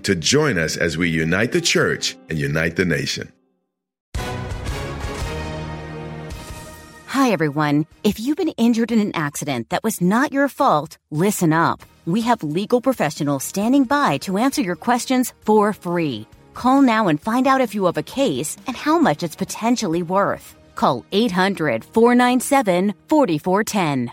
to join us as we unite the church and unite the nation. Hi, everyone. If you've been injured in an accident that was not your fault, listen up. We have legal professionals standing by to answer your questions for free. Call now and find out if you have a case and how much it's potentially worth. Call 800 497 4410.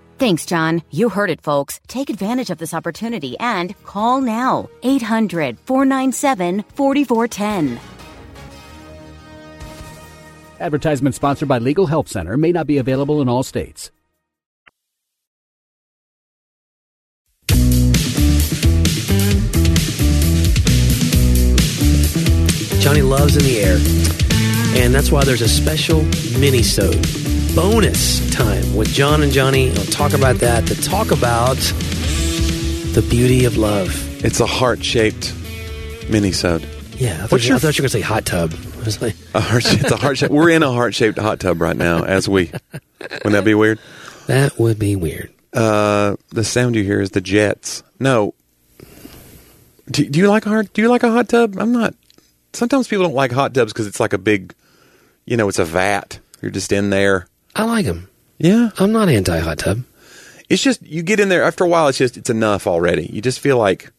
Thanks, John. You heard it, folks. Take advantage of this opportunity and call now 800 497 4410. Advertisement sponsored by Legal Help Center may not be available in all states. Johnny Loves in the Air. And that's why there's a special mini-sode. Bonus time with John and Johnny. I'll talk about that. To talk about the beauty of love. It's a heart shaped minisode. Yeah, I thought, What's you, your- I thought you were going to say hot tub. I was like, A heart. It's a heart shaped. We're in a heart shaped hot tub right now as we. Wouldn't that be weird? that would be weird. Uh, the sound you hear is the jets. No. Do, do you like a hard? Do you like a hot tub? I'm not. Sometimes people don't like hot tubs because it's like a big, you know, it's a vat. You're just in there. I like him. Yeah. I'm not anti hot tub. It's just you get in there after a while. It's just it's enough already. You just feel like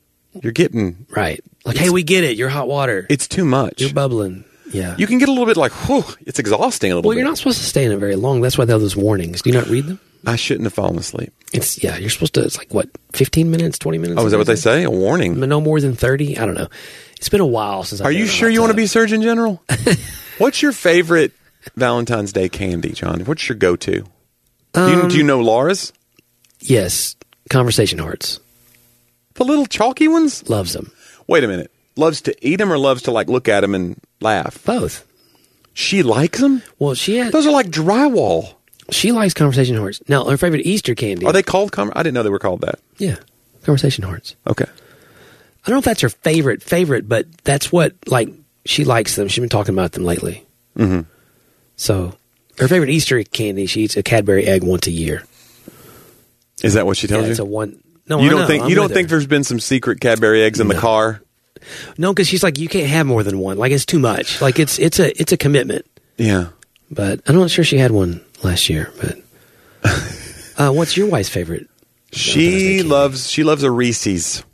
you're getting. Right. Like, hey, we get it. You're hot water. It's too much. You're bubbling. Yeah. You can get a little bit like, whew, it's exhausting a little well, bit. you're not supposed to stay in it very long. That's why they have those warnings. Do you not read them? I shouldn't have fallen asleep. It's, yeah, you're supposed to, it's like, what, 15 minutes, 20 minutes? Oh, is that what they Something? say? A warning. no more than 30 i don't know it's been a while since I've Are been you in a sure hot you want to tub. be Surgeon General? What's your favorite Valentine's Day candy, John? What's your go-to? do, you, do Um, you know Laura's? yes conversation hearts The little chalky ones? loves them Wait a minute. Loves to eat them or loves to like look at them and laugh? both She likes them? well she had, Those are like drywall. she likes conversation hearts now her favorite easter candy Are they called? Com- I didn't know they were called that. yeah conversation hearts Okay. i don't know if that's her favorite favorite but that's what like she likes them she's been talking about them lately mm-hmm. so her favorite easter candy she eats a cadbury egg once a year Is that what she tells yeah, it's a you? one no you I don't know, think I'm you don't with think her. there's been some secret Cadbury eggs in the car? no because she's like you can't have more than one like it's too much like it's it's a it's a commitment Yeah. but I'm not sure she had one last year. But uh, what's your wife's favorite? She loves she loves a Reese's.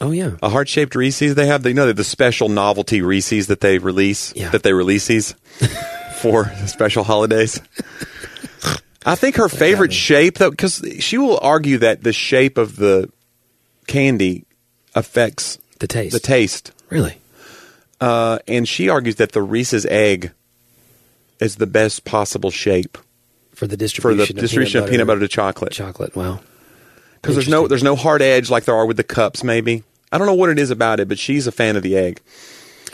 Oh yeah, a heart shaped Reese's they have. They you know they're the special novelty Reese's that they release Yeah. that they release these for special holidays. I think her favorite shape though, because she will argue that the shape of the candy affects the taste. the taste, Really? uh, and she argues that the Reese's egg is the best possible shape For the for distribution. the distribution of peanut butter to chocolate. chocolate. Wow. because there's no there's no hard edge like there are with the cups. Maybe I don't know what it is about it, but she's a fan of the egg.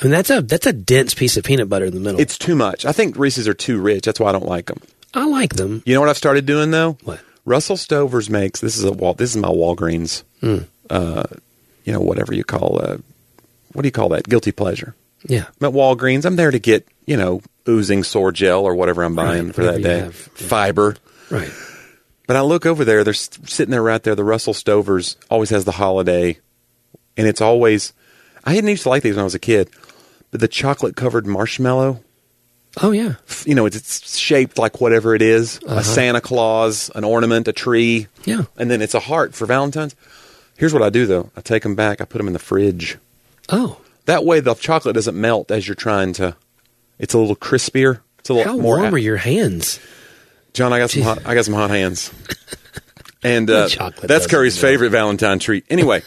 And that's a that's a dense piece of peanut butter in the middle. It's too much. I think Reese's are too rich. That's why I don't like them. I like them. You know what I've started doing though? What? Russell Stover's makes this is a wall. This is my Walgreens. Hmm. Uh, you know whatever you call uh, what do you call that? Guilty pleasure. Yeah. I'm at Walgreens. I'm there to get you know oozing sore gel or whatever I'm buying Right, for that whatever you day. have. Fiber. Right. But I look over there. They're s- sitting there right there. The Russell Stover's always has the holiday, and it's always. I didn't used to like these when I was a kid, but the chocolate covered marshmallow. Oh yeah. you know, it's, it's shaped like whatever it is, Uh-huh. a Santa Claus, an ornament, a tree. Yeah. And then it's a heart for Valentine's. Here's what I do though. I take them back, I put them in the fridge. Oh. That way the chocolate doesn't melt as you're trying to it's a little crispier. It's a little How more warm are your hands? John, I got some hot, I got some hot hands, and The uh, chocolate that's doesn't Curry's do it. favorite Valentine treat. Anyway,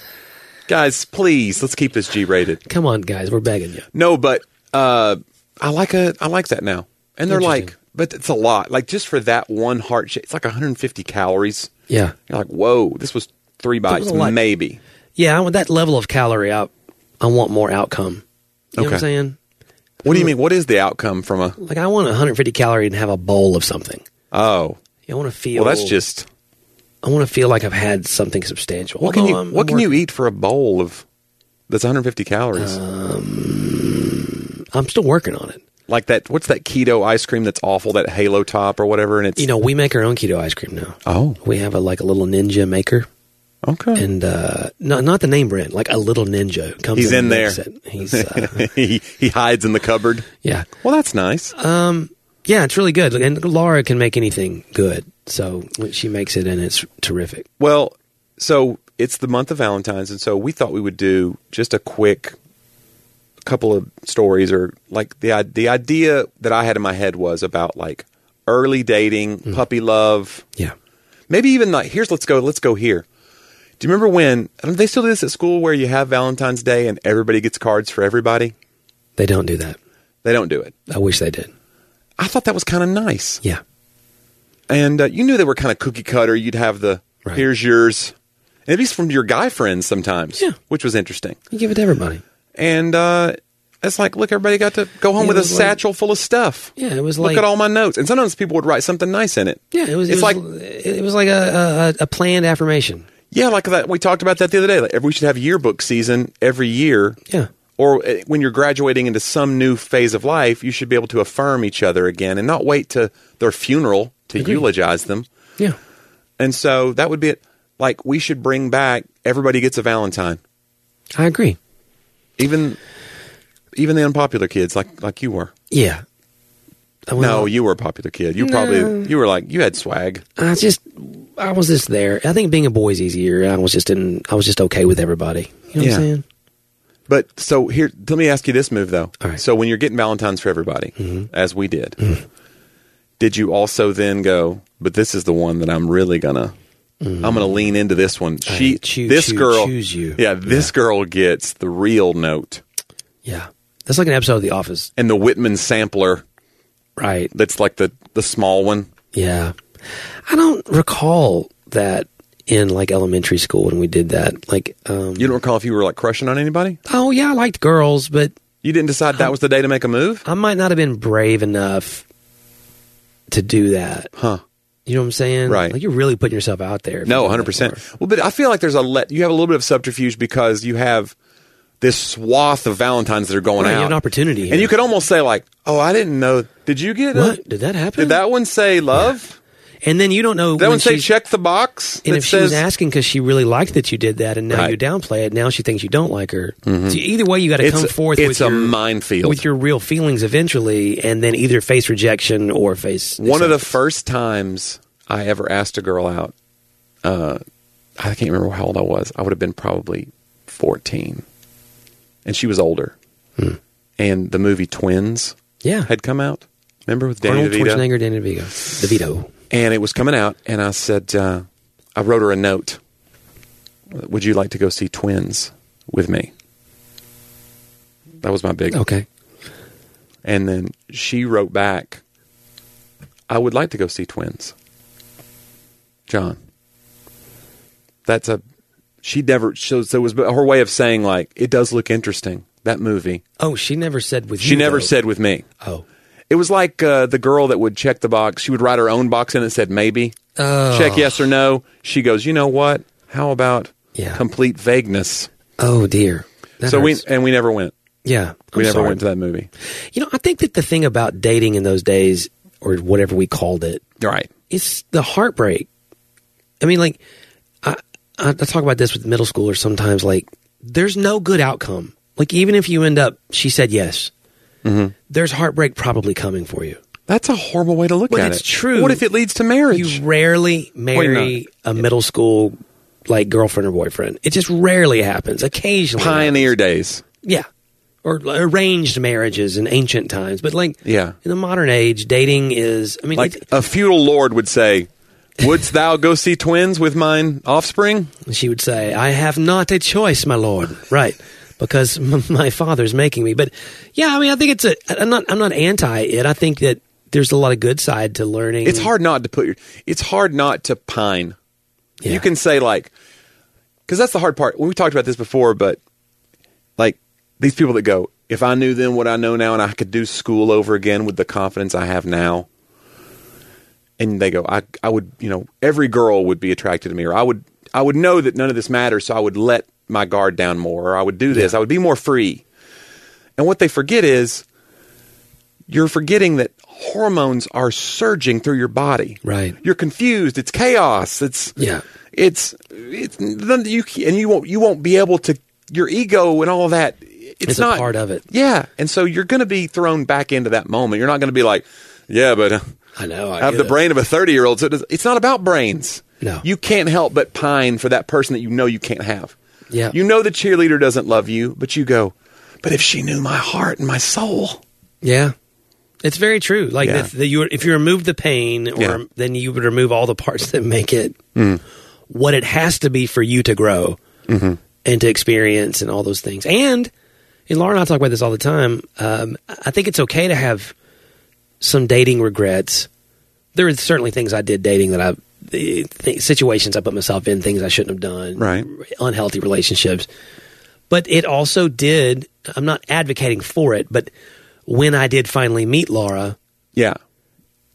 guys, please let's keep this G rated. Come on, guys, we're begging you. No, but uh, I like a I like that now, and they're like, Interesting. but it's a lot. Like just for that one heart shape, it's like 150 calories. Yeah, You're like, whoa, this was three bites, was a lot. maybe. yeah. I want that level of calorie. I, I want more outcome. You know what I'm Okay. saying? What do you mean? What is the outcome from a? Like I want 150 calorie and have a bowl of something. Oh, I want to feel. well, that's just I want to feel like I've had something substantial. what can Although you I'm- what I'm can you working- eat for a bowl of that's 150 calories? Uh, I'm still working on it. like that what's that keto ice cream that's awful that halo top or whatever and it's You know, we make our own keto ice cream now. oh We have a like a little ninja maker, okay and uh, not not the name brand, like a little ninja comes. He's in and there. makes it. He's uh, he, he hides in the cupboard yeah, Um, well that's nice yeah. It's really good, and Laura can make anything good, so when she makes it, and it's terrific. well so it's the month of valentine's and so we thought we would do just a quick couple of stories or like the i- the idea that i had in my head was about like early dating Hmm. puppy love Yeah, maybe even like here's let's go let's go here do you remember when I don't- they still do this at school where you have valentine's day and everybody gets cards for everybody they don't do that. they don't do it I wish they did. I thought that was kind of nice. Yeah, And uh, you knew they were kind of cookie cutter. You'd have the Right. here's yours, at least from your guy friends sometimes, Yeah. which was interesting. you give it to everybody. And uh, it's like, look, everybody got to go home It with a was like- satchel full of stuff. Yeah, it was look like at all my notes. And sometimes people would write something nice in it. Yeah, it was. It's It was, like- like it was like a, a a planned affirmation. Yeah, like that. We talked about that the other day. Like, we should have yearbook season every year. Yeah. Or uh, when you're graduating into some new phase of life, you should be able to affirm each other again and not wait to their funeral to eulogize them. Yeah, And so that would be it. Like we should bring back everybody gets a Valentine, I agree. even even the unpopular kids, like like you were. Yeah. I went no, out- you were a popular kid. You probably you were like you had swag. I just I was just there. I think being a boy is easier. I was just in. I was just okay with everybody. You know what Yeah. I'm saying? But so here, let me ask you this move though. All right. So when you're getting Valentines for everybody, as we did, did you also then go? But this is the one that I'm really gonna. I'm gonna lean into this one. She, choo- this choo- girl, choose you. yeah, this girl gets the real note Yeah. That's like an episode of The Office, and the Whitman sampler. right? That's like the the small one. Yeah. I don't recall that in like elementary school when we did that. Like, um, You don't recall if you were like crushing on anybody? oh yeah, I liked girls, but You didn't decide that was the day to make a move? I might not have been brave enough to do that. Huh. You know what I'm saying? Right. Like you're really putting yourself out there. if No, you go that 100%. Well, but I feel like there's a let you have a little bit of subterfuge because you have this swath of Valentines that are going Right, you out. have an opportunity And here. you could almost say like, "Oh, I didn't know. Did you get a- far. What did that happen? Did that one say love? and then you don't know. Did that when one say she's- check the box? And that if she was says- asking because she really liked that you did that, and now Right. Mm-hmm. you downplay it, now she thinks you don't like her. So either way, you got to it's come forth it's with a your minefield. with your real feelings eventually, and then either face rejection or face One of the acceptance. first times I ever asked a girl out, uh, I can't remember how old I was. I would have been probably 14. And she was older. Hmm. And the movie Twins yeah had come out. Remember with Danny Arnold DeVito? Schwarzenegger, Danny DeVito, DeVito. And it was coming out. And I said, uh, I wrote her a note. Would you like to go see Twins with me? That was my big. Okay, And then she wrote back, I would like to go see twins. John. That's a she never so, so it was her way of saying like it does look interesting that movie. oh, she never said with She you, never though. said with me. oh It was like uh, the girl that would check the box. She would write her own box and it said maybe. Oh. Check yes or no. She goes, "You know what? How about Yeah. complete vagueness?" oh dear. That so hurts. we and we never went. yeah I'm We never sorry. went to that movie. You know, I think that the thing about dating in those days, or whatever we called it, Right. it's the heartbreak. I mean, like I, I talk about this with middle schoolers sometimes. Like, there's no good outcome. Like, even if you end up, she said yes. Mm-hmm. There's heartbreak probably coming for you. That's a horrible way to look But at it's it. true. What if it leads to marriage? You rarely marry a middle school like girlfriend or boyfriend. It just rarely happens. Occasionally, Pioneer days. yeah. or arranged marriages in ancient times, but like Yeah. in the modern age, dating is. I mean, Like it- a feudal lord would say, "Wouldst thou go see twins with mine offspring?" she would say, "I have not a choice, my lord." Right. Because m- my father's making me, but yeah, I mean, I think it's a. I'm not. I'm not anti it. I think that there's a lot of good side to learning. It's hard not to put your. It's hard not to pine. Yeah. You can say like, because that's the hard part. We talked about this before, but like these people that go, if I knew then what I know now, and I could do school over again with the confidence I have now, and they go, I, I would, you know, every girl would be attracted to me, or I would, I would know that none of this matters, so I would let my guard down more, or I would do this, I would be more free. And what they forget is, you're forgetting that hormones are surging through your body. Right. You're confused. It's chaos. It's Yeah. It's it's then you and you won't you won't be able to your ego and all that. It's, It's a not part of it. Yeah, and so you're going to be thrown back into that moment. You're not going to be like, yeah, but uh, I know. I I have get the it. brain of a 30 year old. So it does- it's not about brains. No. You can't help but pine for that person that you know you can't have. Yeah. You know the cheerleader doesn't love you, but you go, but if she knew my heart and my soul. Yeah. It's very true. Like Yeah. that that you, if you remove the pain, or Yeah. Mm. then you would remove all the parts that make it what it has to be for you to grow Mm-hmm. and to experience and all those things. And and Laura and I talk about this all the time. Um, I think it's okay to have some dating regrets. There are certainly things I did dating that I the th- situations I put myself in, things I shouldn't have done, Right. Unhealthy relationships, but it also did. I'm not advocating for it, but when I did finally meet Laura, Yeah.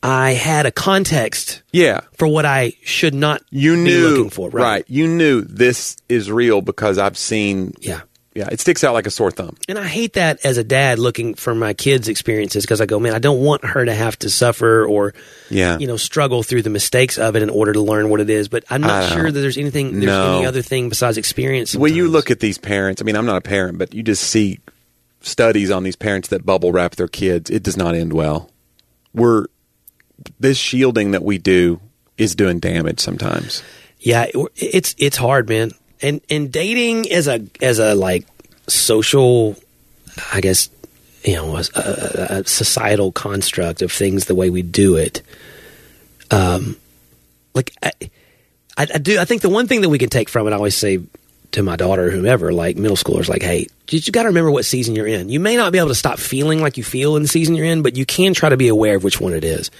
I had a context Yeah. for what I should not You be knew. looking for. Right. You knew this is real because I've seen. Yeah. Yeah. It sticks out like a sore thumb. And I hate that as a dad looking for my kids' experiences because I go, man, I don't want her to have to suffer or, Yeah. you know, struggle through the mistakes of it in order to learn what it is. But I'm not I sure don't- that there's anything, there's No. any other thing besides experience. When you sometimes. look at these parents, I mean, I'm not a parent, but you just see studies on these parents that bubble wrap their kids. It does not end well. We're this shielding that we do is doing damage sometimes. yeah, it- it's it's hard, man. And and dating as a as a like social, I guess, you know, a, a, a societal construct of things the way we do it. like I, I, I do. I think the one thing that we can take from it, I always say to my daughter, or whomever, like middle schoolers, like, hey, you, you got to remember what season you're in. You may not be able to stop feeling like you feel in the season you're in, but you can try to be aware of which one it is,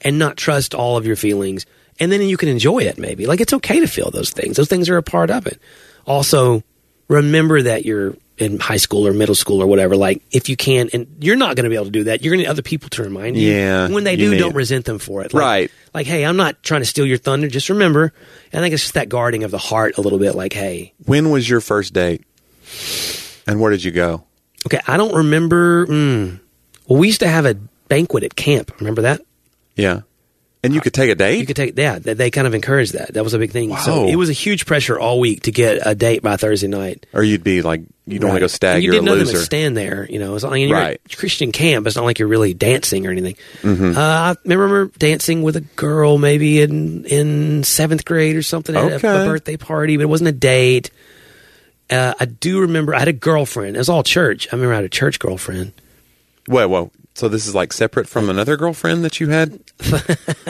and not trust all of your feelings, and then you can enjoy it. Maybe like it's okay to feel those things. Those things are a part of it. Also, remember that you're in high school or middle school or whatever. Like if you can, and you're not going to be able to do that. You're going to need other people to remind you. Yeah, When they you do, need- don't resent them for it. Like- Right. Like, hey, I'm not trying to steal your thunder. Just remember. And I think it's just that guarding of the heart a little bit. Like, hey, When was your first date? And where did you go? okay, I don't remember. Mm, well, we used to have a banquet at camp. Remember that? Yeah. And you could take a date? Uh, You could take yeah. They, they kind of encouraged that. That was a big thing. So Wow. it was a huge pressure all week to get a date by Thursday night. or you'd be like, you don't want to go And stag, You you're a did nothing loser. but stand there. You know, it's not like you're Right. Mm-hmm. at Christian camp. It's not like you're really dancing or anything. Uh, I remember dancing with a girl maybe in in seventh grade or something at a- a, Okay. birthday party, but it wasn't a date. Uh, I do remember I had a girlfriend. It was all church. I remember I had a church girlfriend. Whoa, whoa. So this is like separate from another girlfriend that you had?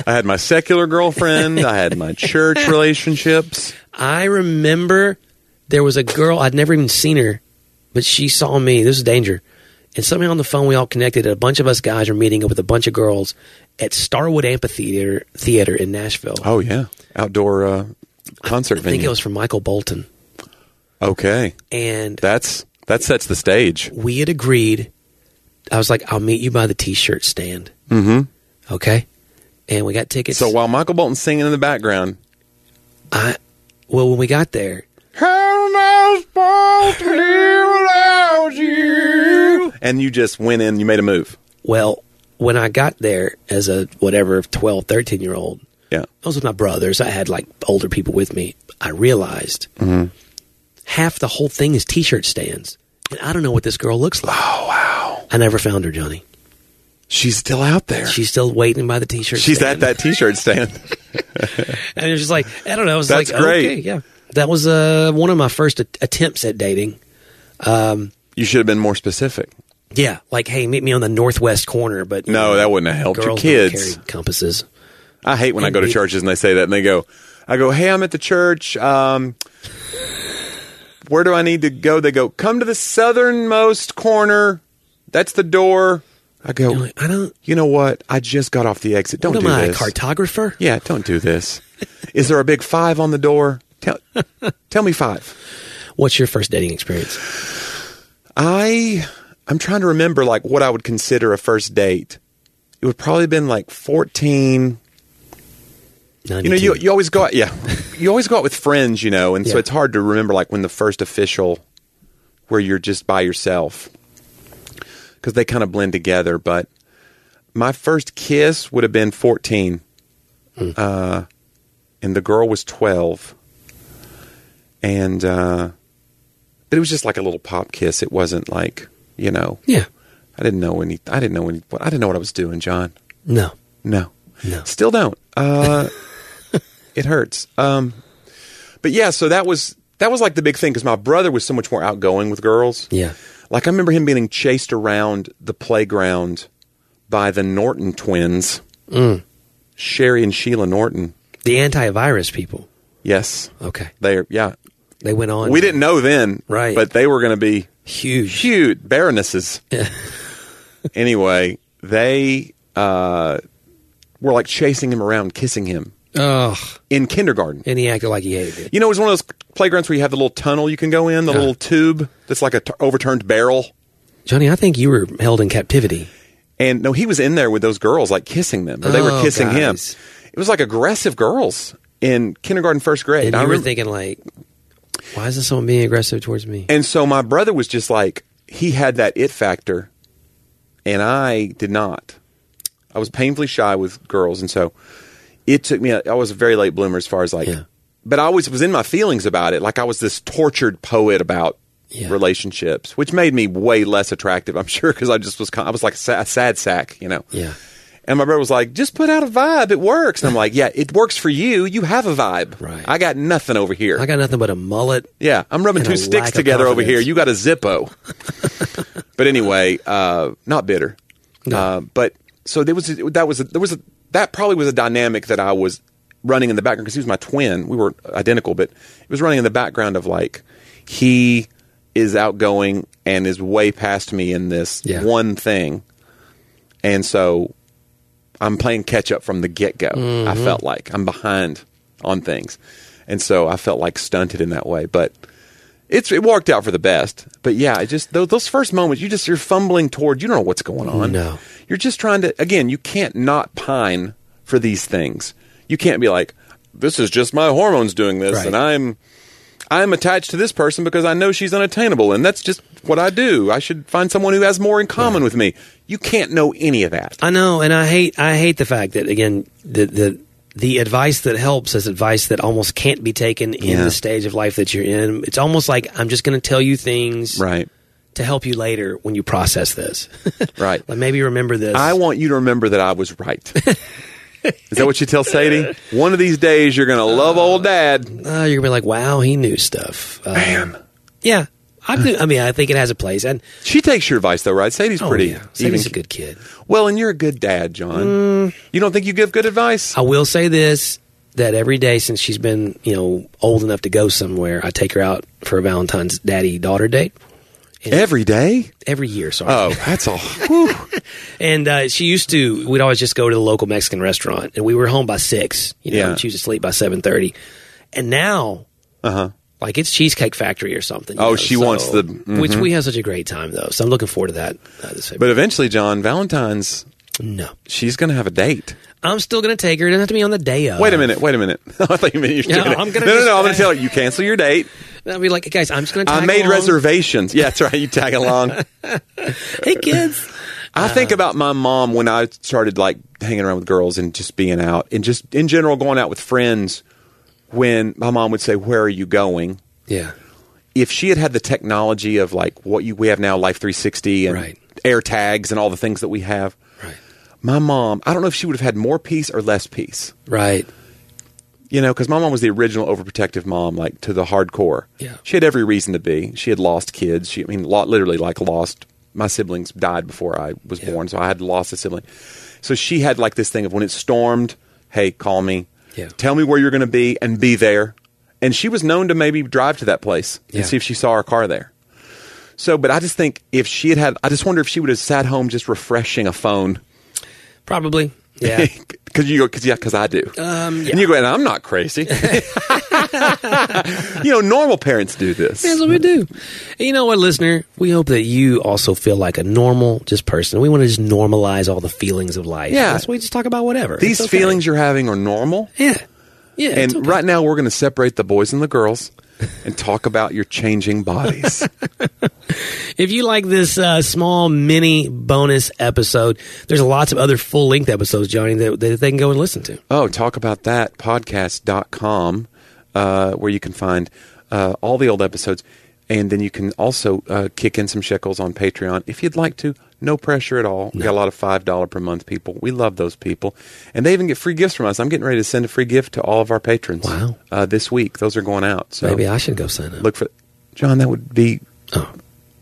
I had my secular girlfriend. I had my church relationships. I remember there was a girl I'd never even seen her, but she saw me. This is danger. And somehow on the phone we all connected, and a bunch of us guys were meeting up with a bunch of girls at Starwood Amphitheater Theater in Nashville. Oh yeah, outdoor uh, concert I think venue. it was from Michael Bolton. okay, And that's that sets the stage. we had agreed. I was like, I'll meet you by the t shirt stand. Mm hmm. Okay. And we got tickets. Mm-hmm. So while Michael Bolton's singing in the background, I, well, when we got there, and you just went in, you made a move. well, when I got there as a whatever 12, 13 year old, Yeah. I was with my brothers. I had like older people with me. I realized Mm-hmm. half the whole thing is t shirt stands. And I don't know what this girl looks like. Oh, wow. I never found her, Johnny. She's still out there. She's still waiting by the t shirt She's stand. at that t-shirt stand. And it was just like, I don't know. It was That's like, great. okay, yeah. That was uh, one of my first at- attempts at dating. You should have been more specific. Yeah, like hey, meet me on the northwest corner. But you No, know, that wouldn't have helped. Your girls kids. don't carry compasses. I hate when I go to Indeed. churches and they say that and they go, I go, hey, I'm at the church. Um, where do I need to go? They go, come to the southernmost corner. That's the door. I go, You're like, I don't. you know what? I just got off the exit. Don't what do am I, a this. cartographer? yeah, don't do this. Is there a big five on the door? Tell, tell me five. What's your first dating experience? I I'm trying to remember like what I would consider a first date. It would probably been like 14, you know, you, 92. you always go out, yeah, you always go out with friends, you know, and so Yeah. it's hard to remember like when the first official, where you're just by yourself, because they kind of blend together. But my first kiss would have been 14, uh, and the girl was 12, and uh, but it was just like a little pop kiss. It wasn't like you know, yeah, I didn't know any, I didn't know any, I didn't know what I was doing, John. no, No. No. Still don't. Uh, it hurts. Um, but yeah, so that was that was like the big thing because my brother was so much more outgoing with girls. yeah, Like I remember him being chased around the playground by the Norton twins, Mm. Sherry and Sheila Norton. the antivirus people. Yes, Okay, they're yeah. they went on. We didn't know then, Right. But they were going to be huge. cute baronesses. anyway, they uh, were like chasing him around, kissing him Ugh, in kindergarten. and he acted like he hated it. You know, it's one of those playgrounds where you have the little tunnel you can go in, the little tube that's like a t- overturned barrel. Johnny, I think you were held in captivity. And no, he was in there with those girls, like kissing them, or they were Oh, kissing guys. him. It was like aggressive girls in kindergarten, first grade. And I you were remember- thinking like, why is this someone being aggressive towards me? and so my brother was just like he had that it factor, and I did not. I was painfully shy with girls, and so it took me. I was a very late bloomer as far as like, Yeah. but I always was in my feelings about it. Like I was this tortured poet about Yeah. relationships, which made me way less attractive. I'm sure because I just was. con- I was like a sa- a sad sack, you know. Yeah. And my brother was like, "Just put out a vibe. It works." And I'm like, "Yeah, it works for you. You have a vibe. Right. I got nothing over here. I got nothing but a mullet. Yeah, I'm rubbing And two a lack sticks of together over confidence. here. You got a Zippo. but anyway, uh, not bitter. Uh, but so there was a, that was a, there was a, that probably was a dynamic that I was running in the background because he was my twin. We were identical, but it was running in the background of like he is outgoing and is way past me in this Yeah. one thing, and so I'm playing catch up from the get go. I Mm-hmm. felt like I'm behind on things, and so I felt like stunted in that way. But it's it worked out for the best. But yeah, it just those, those first moments, you just you're fumbling toward. You don't know what's going on. No. you're just trying to. Again, you can't not pine for these things. You can't be like, this is just my hormones doing this, Right. and I'm. I'm attached to this person because I know she's unattainable, and that's just what I do. I should find someone who has more in common with me. You can't know any of that. I know, and I hate I hate the fact that again the the the advice that helps is advice that almost can't be taken in Yeah. the stage of life that you're in. It's almost like I'm just going to tell you things Right. to help you later when you process this. Right. like maybe remember this. I want you to remember that I was right. Is that what you tell Sadie? One of these days, you're going to love old dad. Uh, you're gonna be like, wow, he knew stuff. Um, Yeah, I do. I mean, I think it has a place. And She takes your advice, though, right? Sadie's oh, pretty. yeah. Sadie's a even- good Mm. kid. Well, and you're a good dad, John. You don't think you give good advice? I will say this: that every day since she's been, you know, old enough to go somewhere, I take her out for a Valentine's daddy daughter date Every day? every year. Sorry. Oh, that's all. Whew. And uh, she used to. We'd always just go to the local Mexican restaurant, and we were home by six. You know, Yeah. and she was asleep by seven thirty. And now, like it's Cheesecake Factory or something. you Uh-huh. Oh, know, she wants the- mm-hmm. which we had such a great time though. So I'm looking forward to that. Uh, this but eventually, John, Valentine's, no, she's going to have a date. I'm still going to take her. It doesn't have to be on the day of. Wait a minute. Wait a minute. I thought you meant you were Uh. No, doing it. I'm gonna No, no, just- no. I'm going to tell you. You cancel your date. I'll be like, guys, I'm just going to. I made reservations. Yeah, that's right. You tag along. Hey kids, I think about my mom when I started like hanging around with girls and just being out and just in general going out with friends. When my mom would say, "Where are you going?" yeah, If she had had the technology of like what you, we have now, Life 360 and Right. air tags and all the things that we have, right, my mom, I don't know if she would have had more peace or less peace right. You know, because my mom was the original overprotective mom, like to the hardcore. Yeah. She had every reason to be. She had lost kids. She, I mean, lot, literally, like lost. My siblings died before I was Yeah. born, so I had lost a sibling. So she had like this thing of when it stormed, hey, call me. Yeah. Tell me where you're going to be and be there. And she was known to maybe drive to that place Yeah. and see if she saw her car there. So, but I just think if she had had, I just wonder if she would have sat home just refreshing a phone Probably. Yeah. because you go, because yeah, because I do. Um, yeah. And you go, and I'm not crazy. you know, normal parents do this. That's what we do. And you know what, listener? We hope that you also feel like a normal just person. We want to just normalize all the feelings of life. Yeah. That's why we just talk about whatever. These It's okay. feelings you're having are normal. Yeah. Yeah. and it's okay. right now, we're going to separate the boys and the girls and talk about your changing bodies. If you like this uh, small mini bonus episode, there's lots of other full length episodes, Johnny, that, that they can go and listen to. oh, talk about that podcast.com, uh, where you can find uh, all the old episodes. And then you can also uh, kick in some shekels on Patreon if you'd like to. No pressure at all. We got a lot of $5 per month people. We love those people. And they even get free gifts from us. I'm getting ready to send a free gift to all of our patrons Wow. uh, this week. Those are going out. So Maybe I should go sign up. look for John, that would be. oh,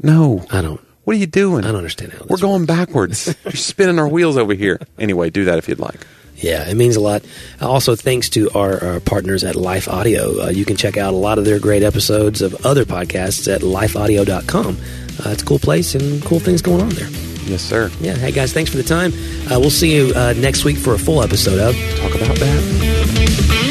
No. I don't. What are you doing? I don't understand how this We're going backwards. You're spinning our wheels over here. Anyway, do that if you'd like. Yeah, it means a lot. Also, thanks to our, our partners at Life Audio. Uh, you can check out a lot of their great episodes of other podcasts at lifeaudio.com. Uh, it's a cool place and cool things going on there. Yes, sir. Yeah, hey guys, thanks for the time. Uh, we'll see you uh, next week for a full episode of Talk about that.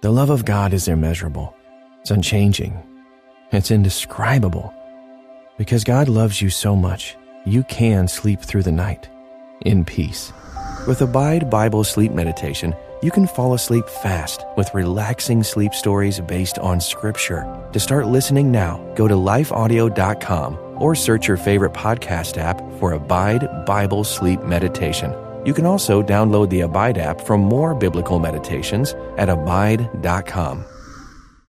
The love of God is immeasurable, it's unchanging, it's indescribable. Because God loves you so much, you can sleep through the night in peace. With Abide Bible Sleep Meditation, you can fall asleep fast with relaxing sleep stories based on Scripture. To start listening now, go to lifeaudio.com or search your favorite podcast app for Abide Bible Sleep Meditation. You can also download the Abide app for more biblical meditations at abide.com.